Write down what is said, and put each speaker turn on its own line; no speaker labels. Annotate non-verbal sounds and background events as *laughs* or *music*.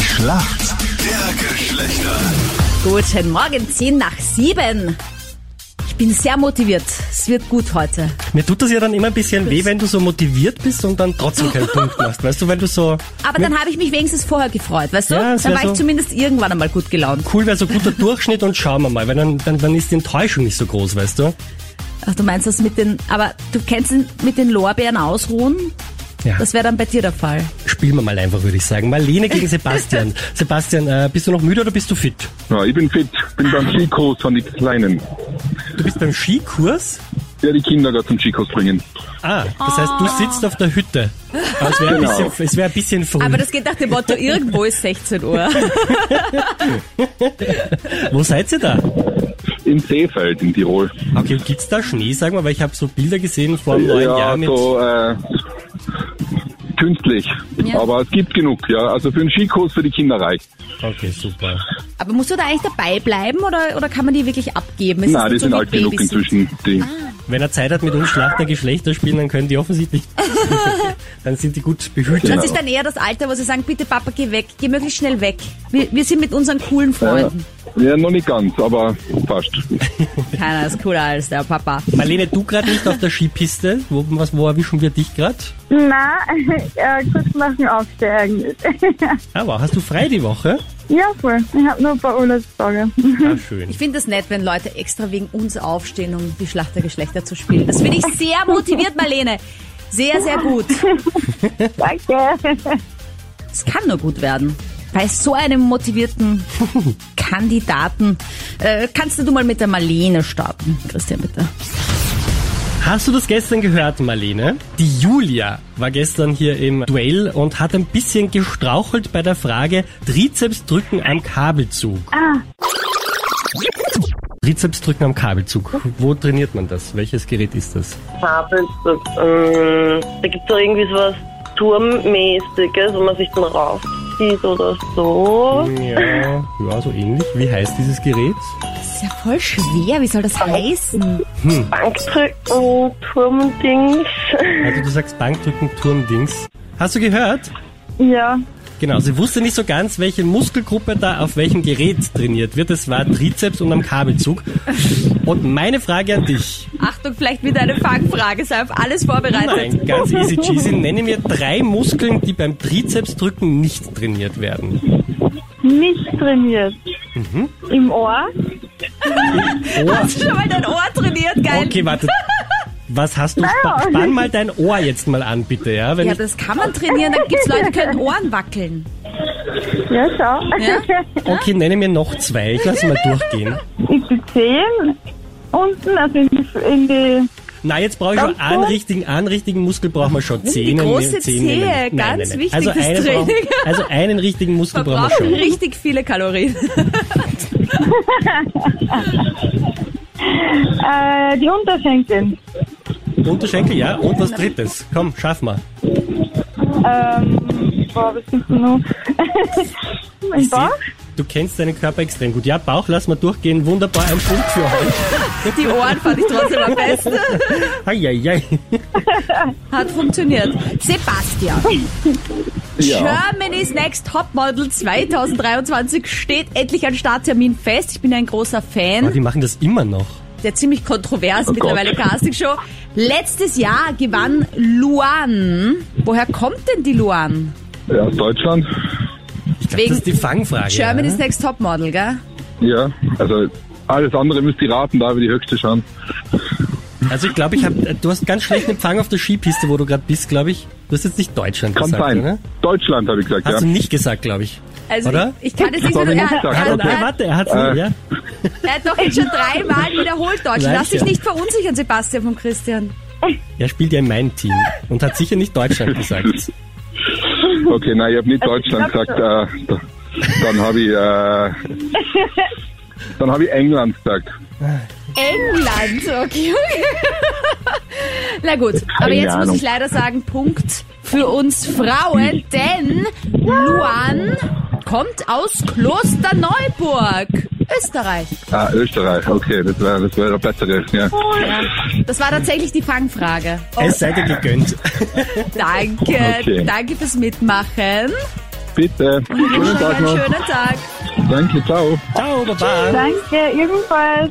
Schlacht der Geschlechter.
Guten Morgen, 10 nach 7. Ich bin sehr motiviert. Es wird gut heute.
Mir tut das ja dann immer ein bisschen weh, wenn du so motiviert bist und dann trotzdem keinen Punkt machst. Weißt du, weil du so
Aber dann habe ich mich wenigstens vorher gefreut, weißt du?
Ja, es
dann
wär
war ich
so-
zumindest irgendwann einmal gut gelaunt.
cool wäre, so guter Durchschnitt und schauen wir mal, weil dann, dann, dann ist die Enttäuschung nicht so groß, weißt du?
Ach, du meinst das mit den, aber du kennst den, mit den Lorbeeren ausruhen?
Ja,
Das wäre dann bei dir der Fall.
spielen wir mal einfach, würde ich sagen. Marlene gegen Sebastian. Sebastian, äh, bist du noch müde oder bist du fit?
Ja, ich bin fit, bin beim Skikurs von den Kleinen,
Du bist beim Skikurs?
der die Kinder gerade zum Skikurs bringen.
Ah, das heißt, du sitzt auf der Hütte. Aber es wäre ein
Genau.
bisschen, es wäre ein bisschen früh.
Aber das geht nach dem Motto, irgendwo ist 16 Uhr.
Wo seid ihr da?
Im Seefeld in Tirol.
Okay, gibt's da Schnee, sag mal, weil ich habe so Bilder gesehen vor einem neuen
ja,
Jahr mit...
so äh, künstlich.
Ja.
Aber es gibt genug, ja. Also für einen Skikurs für die Kinder reicht.
Okay, super.
*laughs* Aber musst du da eigentlich dabei bleiben oder, oder kann man die wirklich abgeben? Ist das
Nein, die
nicht so Ah.
sind
wie
alt genug
Babysit?
inzwischen. Die,
Wenn er Zeit hat mit uns Schlacht der Geschlechter spielen, dann können die offensichtlich. dann sind die gut behütet.
Das ist dann eher das Alter, wo sie sagen, bitte Papa, geh weg, geh möglichst schnell weg. Wir, wir sind mit unseren coolen Freunden.
ja, ja, noch nicht ganz, aber fast.
Keiner ist cooler als der Papa.
Marlene, du gerade nicht auf der Skipiste. Wo, was, wo erwischen wir dich gerade?
Na, *laughs* äh, kurz nach dem Aufsteigen. *laughs*
Aber hast du frei die Woche?
ja, voll. Ich habe nur ein paar Urlaubstage.
Ah, schön.
Ich finde es nett, wenn Leute extra wegen uns aufstehen, um die Schlacht der Geschlechter zu spielen. Das finde ich sehr motiviert, Marlene. Sehr, sehr gut.
*laughs* Danke. *laughs*
Es kann nur gut werden. Bei so einem
*laughs*
motivierten Kandidaten äh, kannst du mal mit der Marlene starten. Christian, bitte.
Hast du das gestern gehört, Marlene? Die Julia war gestern hier im Duell und hat ein bisschen gestrauchelt bei der Frage Trizepsdrücken am Kabelzug. Ah. Trizepsdrücken am Kabelzug. Wo trainiert man das? Welches Gerät ist das?
Kabel, das, ähm, da gibt es doch irgendwie so was Turmmäßiges, wo man sich dann raufzieht oder
Hm.
so.
Ja, ja, so ähnlich. Wie heißt dieses Gerät?
Das ist ja voll schwer. Wie soll das heißen?
Bankdrücken, Turmdings. *laughs*
Also du sagst Bankdrücken, Turmdings. Hast du gehört?
Ja,
Genau, sie wusste nicht so ganz, welche Muskelgruppe da auf welchem Gerät trainiert wird. Es war Trizeps und am Kabelzug. Und meine Frage an dich.
Achtung, vielleicht wieder eine Fangfrage. Sei auf alles vorbereitet.
Nein, ganz easy cheesy. Nenne mir drei Muskeln, die beim Trizepsdrücken nicht trainiert werden.
nicht trainiert. Im Ohr.
Ohr.
Hast du schon mal dein Ohr trainiert, geil.
Okay, warte. Was hast du? Spa- Spann mal dein Ohr jetzt mal an, bitte, ja? Wenn
Ja,
ich,
das kann man trainieren. Da gibt es Leute, die können Ohren wackeln.
Ja, schau.
Ja?
*laughs*
okay, nenne mir noch zwei. Ich lasse mal durchgehen.
Ich die Zehen unten, also in die, in die
Na, jetzt brauche ich schon einen richtigen, einen richtigen Muskel brauchen wir schon. Zähne, um
große
Zähne
Zehe,
nehmen.
ganz wichtig
also
fürs
einen
Training.
brauchen- *laughs* also einen richtigen Muskel brauchen
Verbraucht
wir schon.
richtig viele Kalorien.
äh, die Unterschenkel.
Unterschenkel, ja. Und was drittes. Komm, schaff mal.
Ähm, boah, was gibt's denn noch? *laughs* Im
Sieh,
Bauch?
Du kennst deinen Körper extrem gut. Ja, Bauch, lass mal durchgehen. Wunderbar, ein Punkt für euch.
Die Ohren fand ich trotzdem am besten.
Eieiei.
Hat funktioniert. Sebastian,
Ja,
Germany's Next Topmodel 2023 steht endlich ein Starttermin fest. Ich bin ein großer
Aber
Fan
die machen das immer noch.
der ziemlich kontroversen
Oh
mittlerweile
Gott.
Castingshow. Letztes Jahr gewann Luan. Woher kommt denn die Luan?
ja, aus Deutschland.
Ich glaube,
Wegen
das ist die Fangfrage.
Germany's
ja.
Next Topmodel, gell?
Ja, also alles andere müsst ihr raten, da habe ich die höchste Chance.
Also ich glaube, ich hab, du hast ganz schlechten Empfang auf der Skipiste, wo du gerade bist, glaube ich. Du hast jetzt nicht Deutschland
Kann
gesagt,
sein.
oder?
Deutschland, habe ich gesagt,
ne? Hast
ja.
du nicht gesagt, glaube ich.
Also
Oder?
Ich, ich kann es nicht
Sorry,
mehr.
nicht
Er,
sagen,
er,
okay.
Ja,
er,
warte, er hat's
Äh.
ja.
er hat doch jetzt schon dreimal wiederholt, Deutschland. Lass dich
Gleich, ja.
nicht verunsichern, Sebastian von Christian.
Er spielt ja in meinem Team und hat sicher nicht Deutschland gesagt.
Okay, nein, ich habe nicht Deutschland gesagt. Äh, da- dann habe ich, äh, dann habe ich England gesagt.
England, okay, okay. *laughs* Na gut, aber
Keine
jetzt muss
Ahnung.
ich leider sagen, Punkt für uns Frauen, denn Luan kommt aus Klosterneuburg, Österreich.
Ah, Österreich, okay, das wäre das wär der bessere. Ja.
Ja, das war tatsächlich die Fangfrage. Oh,
Es sei dir gegönnt.
Danke,
Okay.
danke fürs Mitmachen.
Bitte. Schönen Tag
Einen
noch.
schönen Tag.
Danke, ciao.
Ciao, Baba.
Danke, ebenfalls.